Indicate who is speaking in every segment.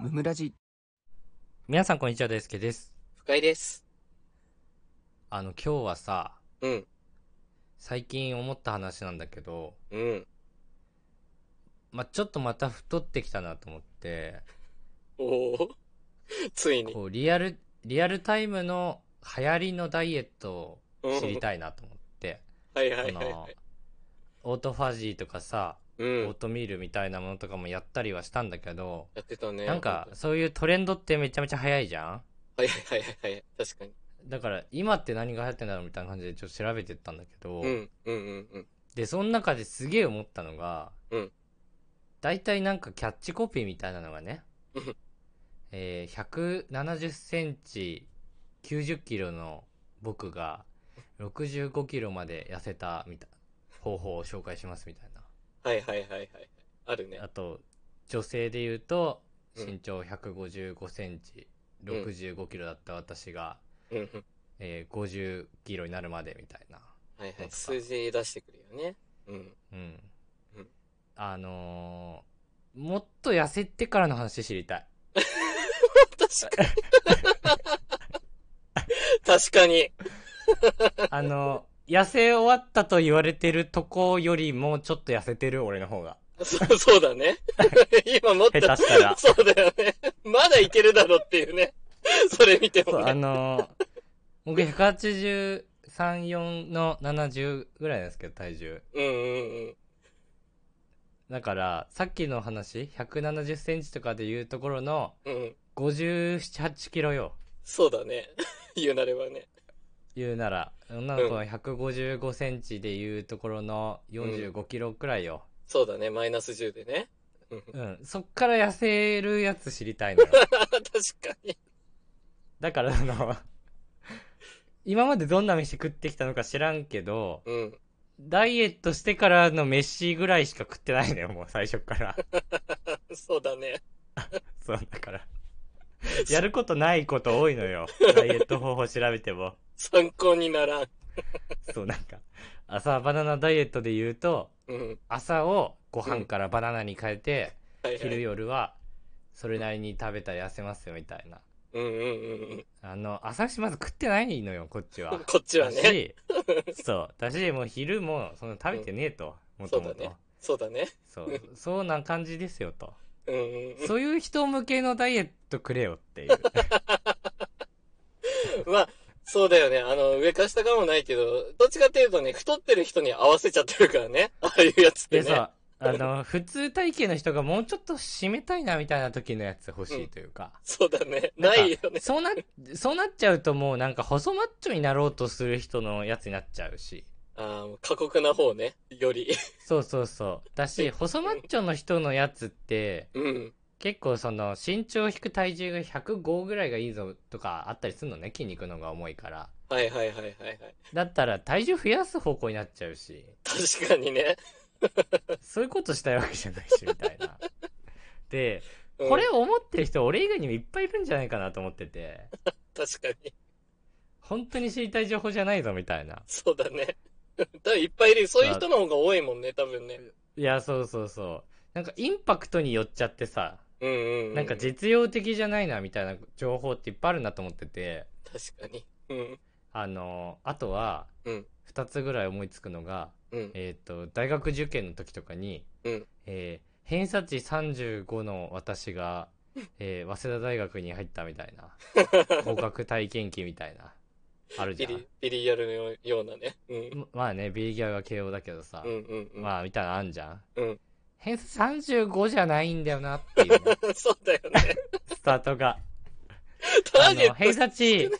Speaker 1: ムムラジ
Speaker 2: 皆さんこんにちは、大輔です。
Speaker 3: 深井です。
Speaker 2: あの、今日はさ、
Speaker 3: うん。
Speaker 2: 最近思った話なんだけど、
Speaker 3: うん。
Speaker 2: まあ、ちょっとまた太ってきたなと思って、
Speaker 3: おお。ついに。
Speaker 2: こう、リアル、リアルタイムの流行りのダイエットを知りたいなと思って、
Speaker 3: はいはい
Speaker 2: そ
Speaker 3: はい
Speaker 2: の
Speaker 3: はい。、
Speaker 2: オートファジーとかさ、
Speaker 3: う
Speaker 2: オ
Speaker 3: ん
Speaker 2: ー。トミールみたいなものとかもやったりはしたんだけど、
Speaker 3: やってたね。
Speaker 2: なんか、そういうトレンドってめちゃめちゃ早いじゃん
Speaker 3: はいはいはいはい。確かに。
Speaker 2: だから、今って何が流行ってんだろうみたいな感じでちょっと調べてったんだけど、
Speaker 3: うん。うんうんうん。
Speaker 2: で、その中ですげえ思ったのが、
Speaker 3: うん
Speaker 2: 大体なんかキャッチコピーみたいなのがね
Speaker 3: うん、
Speaker 2: えー、170センチ90キロの僕が65キロまで痩せたみたいな方法を紹介しますみたい
Speaker 3: はいはいはいはい。あるね
Speaker 2: な。。あと、女性で言うと、
Speaker 3: うん
Speaker 2: 身長155センチ、
Speaker 3: ん
Speaker 2: 65キロだった私が、
Speaker 3: うんうん。
Speaker 2: えー、50キロになるまでみたいな。
Speaker 3: はいは
Speaker 2: なん
Speaker 3: い。
Speaker 2: か
Speaker 3: 数字出してくるよね。 うん。
Speaker 2: うん
Speaker 3: うん。
Speaker 2: あのー、もっと痩せてからの話知り たい。
Speaker 3: 確かに。確かに。
Speaker 2: あの、痩せ終わったと言われてるとこよりもちょっと痩せてる俺の方が。
Speaker 3: そう、そう だね。今もっと。
Speaker 2: 下手したら
Speaker 3: そうだよね。まだいけるだろっていうね。それ見て
Speaker 2: そ
Speaker 3: も
Speaker 2: う、あ
Speaker 3: ね。
Speaker 2: のー、僕183、4の70ぐらいなんですけど、体重。
Speaker 3: うんうんうん。
Speaker 2: だから、さっきの話、170センチとかで言うところの、
Speaker 3: うん。
Speaker 2: 57、8キロよ。
Speaker 3: そうだね。言うなればね。
Speaker 2: 言うなら、女の子は155センチで言うところの45キロくらいよ。
Speaker 3: そうだね。マイナス10でね。うん
Speaker 2: うん。そっから痩せるやつ知りたいのよ。
Speaker 3: 確かに。
Speaker 2: だからあの、今までどんな飯食ってきたのか知らんけど、
Speaker 3: うん。
Speaker 2: ダイエットしてからの飯ぐらいしか食ってないのよ、もう最初から。
Speaker 3: そうだね。
Speaker 2: そう、だから。やることないこと多いのよ。ダイエット方法調べても。
Speaker 3: 参考にならん。
Speaker 2: そう、なんか、朝バナナダイエットで言うと、
Speaker 3: うん。
Speaker 2: 朝をご飯からバナナに変えて、
Speaker 3: はいは
Speaker 2: 昼
Speaker 3: い。
Speaker 2: 夜はそれなりに食べたら痩せますよ、みたいな。
Speaker 3: うんうんうん
Speaker 2: あの、朝飯まず食ってないのよ、こっち
Speaker 3: う
Speaker 2: は
Speaker 3: ん。。こっちは
Speaker 2: だ
Speaker 3: ね。
Speaker 2: しそう。だし、もう昼も、その食べてねえと、もとも
Speaker 3: そうだ
Speaker 2: と
Speaker 3: ね。そうだね。
Speaker 2: そう。そうな感じですよと。
Speaker 3: うんうん
Speaker 2: そういう人向けのダイエットくれよ っていう。
Speaker 3: うん。まあ、そうだよね。あの、上か下かもないけど、どっちかっていうとね、太ってる人に合わせちゃってるからね。 ああいうやつっ
Speaker 2: で
Speaker 3: てね。
Speaker 2: さ、あの、普通体型の人がもうちょっと締めたいなみたいな時のやつ欲しいというか。
Speaker 3: そうだね。ないよ
Speaker 2: なんか
Speaker 3: ね。
Speaker 2: そうな、そうなっちゃうともうなんか細マッチョになろうとする人のやつになっちゃうし。
Speaker 3: ああ、もう過酷な方ね。より。
Speaker 2: そうそうそう。だし、細マッチョの人のやつって、
Speaker 3: うん。
Speaker 2: 結構その身長引く体重が105ぐらいがいいぞとかあったりするのね筋肉の方が重いから
Speaker 3: はいはいはいはいはい。
Speaker 2: だったら体重増やす方向になっちゃうし
Speaker 3: 確かにね。
Speaker 2: そういうことしたいわけじゃないしみたいなで
Speaker 3: うん
Speaker 2: これを思ってる人俺以外にもいっぱいいるんじゃないかなと思ってて
Speaker 3: 確かに。
Speaker 2: 本当に知りたい情報じゃないぞみたいな
Speaker 3: そうだね。 多分いっぱいいる。そういう人の方が多いもんね、多分ね。
Speaker 2: いやそうそうそうなんかインパクトによっちゃってさ
Speaker 3: うんうん、うん。
Speaker 2: なんか実用的じゃないなみたいな情報っていっぱいあるなと思ってて
Speaker 3: 確かに。うん。
Speaker 2: あのあとは
Speaker 3: うん
Speaker 2: 2つぐらい思いつくのが、
Speaker 3: うん。
Speaker 2: えー、と大学受験の時とかに、
Speaker 3: うん
Speaker 2: えー偏差値35の私が、えー早稲田大学に入ったみたいな 合格体験記みたいなあるじ
Speaker 3: ビ
Speaker 2: ゃん
Speaker 3: リ、ビリヤルのよようなね。うん。
Speaker 2: ままあねビリギャルは慶応だけどさ、
Speaker 3: うんうんうん。
Speaker 2: まあみたいなのあんじゃん、
Speaker 3: うん
Speaker 2: 偏差35じゃないんだよなっていうね、
Speaker 3: そうだよ ね。
Speaker 2: スタートが
Speaker 3: タ
Speaker 2: あ
Speaker 3: ーゲ
Speaker 2: の
Speaker 3: ッ
Speaker 2: 偏
Speaker 3: ト。
Speaker 2: 差値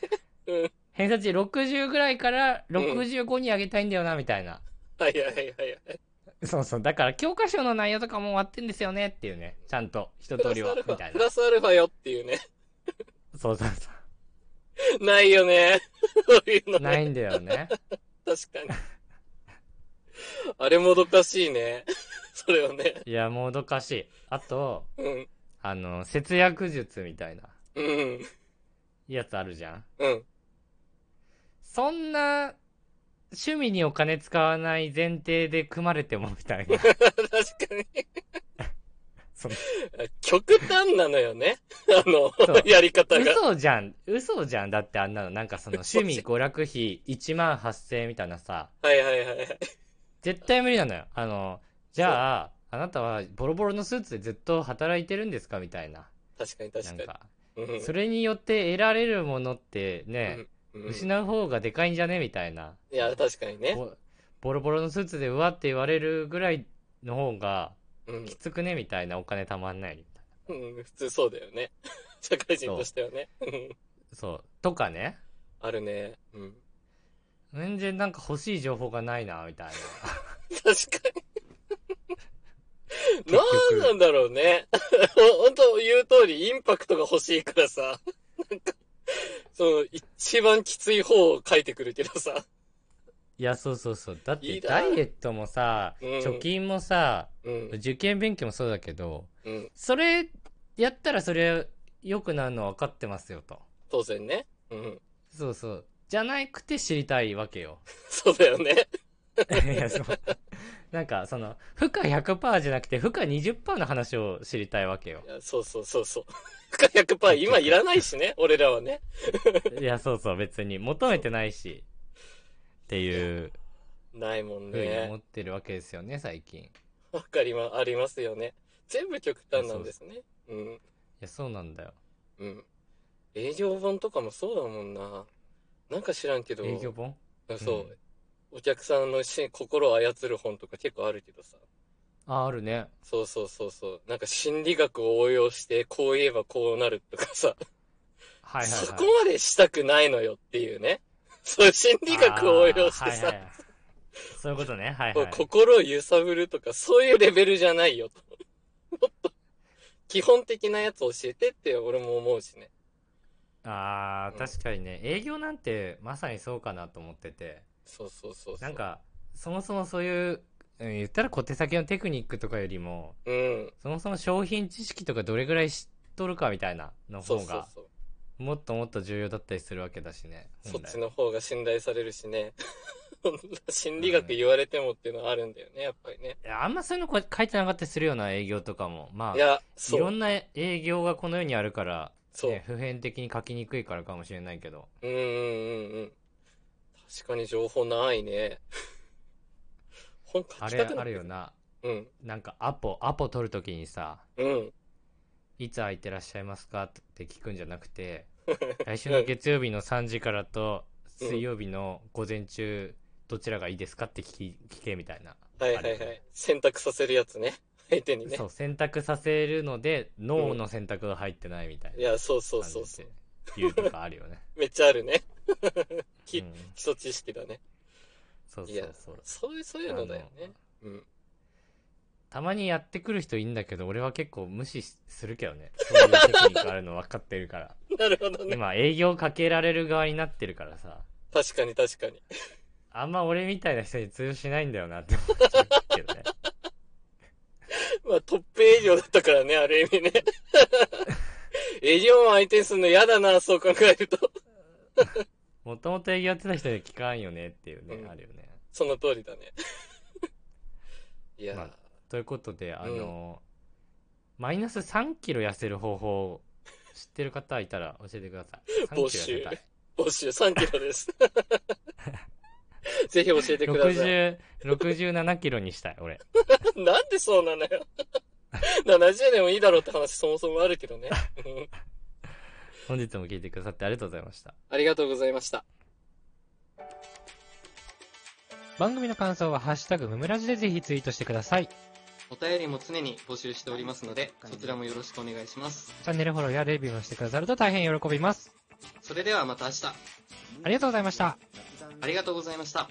Speaker 3: うん
Speaker 2: 偏差値60ぐらいから65に上げたいんだよなみたいな、
Speaker 3: はいはいはいはいはい。
Speaker 2: そうそう。だから、教科書の内容とかも終わってんですよねっていうね。ちゃんと、一
Speaker 3: プ
Speaker 2: 通
Speaker 3: ラ
Speaker 2: り
Speaker 3: スア
Speaker 2: は
Speaker 3: ル、フ
Speaker 2: みた
Speaker 3: ァ、
Speaker 2: い
Speaker 3: プ
Speaker 2: な。
Speaker 3: ラスアルファよっていうね。
Speaker 2: そうそうそ
Speaker 3: ない よね。そういうの
Speaker 2: う。な
Speaker 3: ね。
Speaker 2: いんだよね。
Speaker 3: 確かに。あれもどかしいね。それはね。
Speaker 2: いや、もどかしい。あと、
Speaker 3: うん。
Speaker 2: あの、節約術みたいな
Speaker 3: うん。
Speaker 2: やつあるじゃん。
Speaker 3: うん。
Speaker 2: そんな、趣味にお金使わない前提で組まれてもみたいな。
Speaker 3: 確かに。
Speaker 2: その
Speaker 3: 極端なのよね。あの
Speaker 2: そう、
Speaker 3: やり方が。
Speaker 2: 嘘じゃん、嘘じゃん。だってあんなの、なんかその趣味娯楽費1万8000円みたいなさ、
Speaker 3: はいはいはいはい。
Speaker 2: 絶対無理なのよ。あの、じゃあ、あなたはボロボロのスーツでずっと働いてるんですかみたいな。
Speaker 3: 確かに
Speaker 2: な
Speaker 3: 確
Speaker 2: ん
Speaker 3: かに。
Speaker 2: か、
Speaker 3: うん
Speaker 2: それによって得られるものってね、
Speaker 3: うん
Speaker 2: 失う方がでかいんじゃねみたいな。
Speaker 3: いや、確かにね。
Speaker 2: ぼボロボロのスーツでうわって言われるぐらいの方が
Speaker 3: うん
Speaker 2: きつくねみたいなお金たまんないみたい
Speaker 3: うん、普通そうだよね。 社会人としてはね。うん
Speaker 2: な。そう。とかね。
Speaker 3: あるね。うん。
Speaker 2: 全然なんか欲しい情報がないな、みたいな。
Speaker 3: 確かに。
Speaker 2: 結局
Speaker 3: なんなんだろうね。 ほんと言う通り、インパクトが欲しいからさ。なんか、その、一番きつい方を書いてくるけどさ。
Speaker 2: いや、そうそうそう。だっ
Speaker 3: い
Speaker 2: て
Speaker 3: いな
Speaker 2: ダイエットもさ、
Speaker 3: うん
Speaker 2: 貯金もさ、
Speaker 3: うん。
Speaker 2: 受験勉強もそうだけど、
Speaker 3: うん。
Speaker 2: それやったらそれ良くなるの分かってますよと。
Speaker 3: 当然ね。うん。
Speaker 2: そうそう。じゃなくて知りたいわけよ。
Speaker 3: そうだよね。
Speaker 2: いや、そう。なんか、その、負荷100%じゃなくて、負荷20%の話を知りたいわけ よ
Speaker 3: い。やそうそうそうそう。 負荷100%今いらないしね。俺らはね。
Speaker 2: いや、そうそう、別に。求めてないし。っていう
Speaker 3: ないもん
Speaker 2: ふうに
Speaker 3: ね
Speaker 2: 思。ってるわけですよね、最近。い
Speaker 3: わかりま、ありますよね。全部極端なんですね。うん。
Speaker 2: や、そうなんだよ。
Speaker 3: うん。営業本とかもそうだもんな。なんか知らんけど、
Speaker 2: 営業本
Speaker 3: そう
Speaker 2: う、ん
Speaker 3: お客さんのし心を操る本とか結構あるけどさ。
Speaker 2: あ、あるね。
Speaker 3: そうそうそうそう。なんか心理学を応用して、こう言えばこうなるとかさ。
Speaker 2: はいはい、はい。
Speaker 3: そこまでしたくないのよっていうね。そういう心理学を応用して
Speaker 2: あー
Speaker 3: さ、
Speaker 2: はいはいそういうことね。はいはい。
Speaker 3: 心を揺さぶるとか、そういうレベルじゃないよ と。もっと、基本的なやつ教えてって俺も思うしね。
Speaker 2: ああ、確かにね。営業なんてまさにそうかなと思ってて。
Speaker 3: そうそうそうそう。
Speaker 2: なん、か、そもそもそういう、うん言ったら小手先のテクニックとかよりも、
Speaker 3: うん。
Speaker 2: そもそも商品知識とかどれぐらい知っとるかみたいなの
Speaker 3: そう
Speaker 2: 方
Speaker 3: そう
Speaker 2: が、
Speaker 3: そう。
Speaker 2: もっともっと重要だったりするわけだしね。
Speaker 3: そっち
Speaker 2: 本
Speaker 3: の方が信頼されるしね。 心理学言われてもっていうのはあるんだよね、やっぱりね。
Speaker 2: 来いやあんまそういうのこう書いてなかったりするような営業とかも。まあ、
Speaker 3: い
Speaker 2: い
Speaker 3: や、そう。
Speaker 2: ろんな営業がこの世にあるから、
Speaker 3: そう。
Speaker 2: ね、普遍的に書きにくいからかもしれないけど。
Speaker 3: うんうんうんうん。確かに情報ないね。 本書
Speaker 2: あ
Speaker 3: き
Speaker 2: れ、
Speaker 3: たくな
Speaker 2: あるよ。な。
Speaker 3: うん。
Speaker 2: なんかアポ、アポ取るときにさ、
Speaker 3: うん。
Speaker 2: いつ空いてらっしゃいますかって聞くんじゃなく て、来週の月曜日の3時からと、
Speaker 3: うん
Speaker 2: 水曜日の午前中、どちらがいいですかって聞き、聞けみたいな。
Speaker 3: はいはいは
Speaker 2: あれ
Speaker 3: い。選択させるやつね。相手にね
Speaker 2: そ。う、選択させるので、脳の選択が入ってないみたい
Speaker 3: い
Speaker 2: な
Speaker 3: や、そうそう
Speaker 2: 感
Speaker 3: そう
Speaker 2: じ
Speaker 3: そう
Speaker 2: で。言うとかあるよね。
Speaker 3: めっちゃあるね。 き
Speaker 2: うん
Speaker 3: 基礎知識だね。
Speaker 2: そう
Speaker 3: い
Speaker 2: そ
Speaker 3: や
Speaker 2: うそう。
Speaker 3: そういう、そういうのだよね。うん。
Speaker 2: たまにやってくる人いいんだけど、俺は結構無視しするけどね。 そういうテクニックあるの分かってるから。
Speaker 3: なるほどね。
Speaker 2: 今、営業かけられる側になってるからさ。
Speaker 3: 確かに確かに。
Speaker 2: あんま俺みたいな人に通用しないんだよなって思っちゃうけどね。
Speaker 3: まあ、トップ営業だったからね、ある意味 ね。営業マン相手にするの嫌だな、そう考えると。
Speaker 2: もともと営業やってた人に聞かんよねっていうね、
Speaker 3: うん
Speaker 2: あるよね。
Speaker 3: その通りだね。いや、
Speaker 2: まあということで、あの、マイナス3キロ痩せる方法を知ってる方いたら教えてください。3キロ
Speaker 3: 募
Speaker 2: 痩せ
Speaker 3: 集
Speaker 2: たい。
Speaker 3: 募集3キロ です。ぜひ教えてください。
Speaker 2: 60、67キロにしたい、俺。
Speaker 3: なんでそうなのよ。70でもいいだろうって話そもそもあるけどね。うん
Speaker 2: 本日も聞いてくださってありがとうございました。
Speaker 3: ありがとうございました。
Speaker 2: 番組の感想はハッシュタグムムラジでぜひツイートしてください。チ
Speaker 3: お便りも常に募集しておりますので、そちらもよろしくお願いします。
Speaker 2: ャンネルフォローやレビューもしてくださると大変喜びます。
Speaker 3: それではまた明日、
Speaker 2: ありがとうございました。
Speaker 3: ありがとうございました。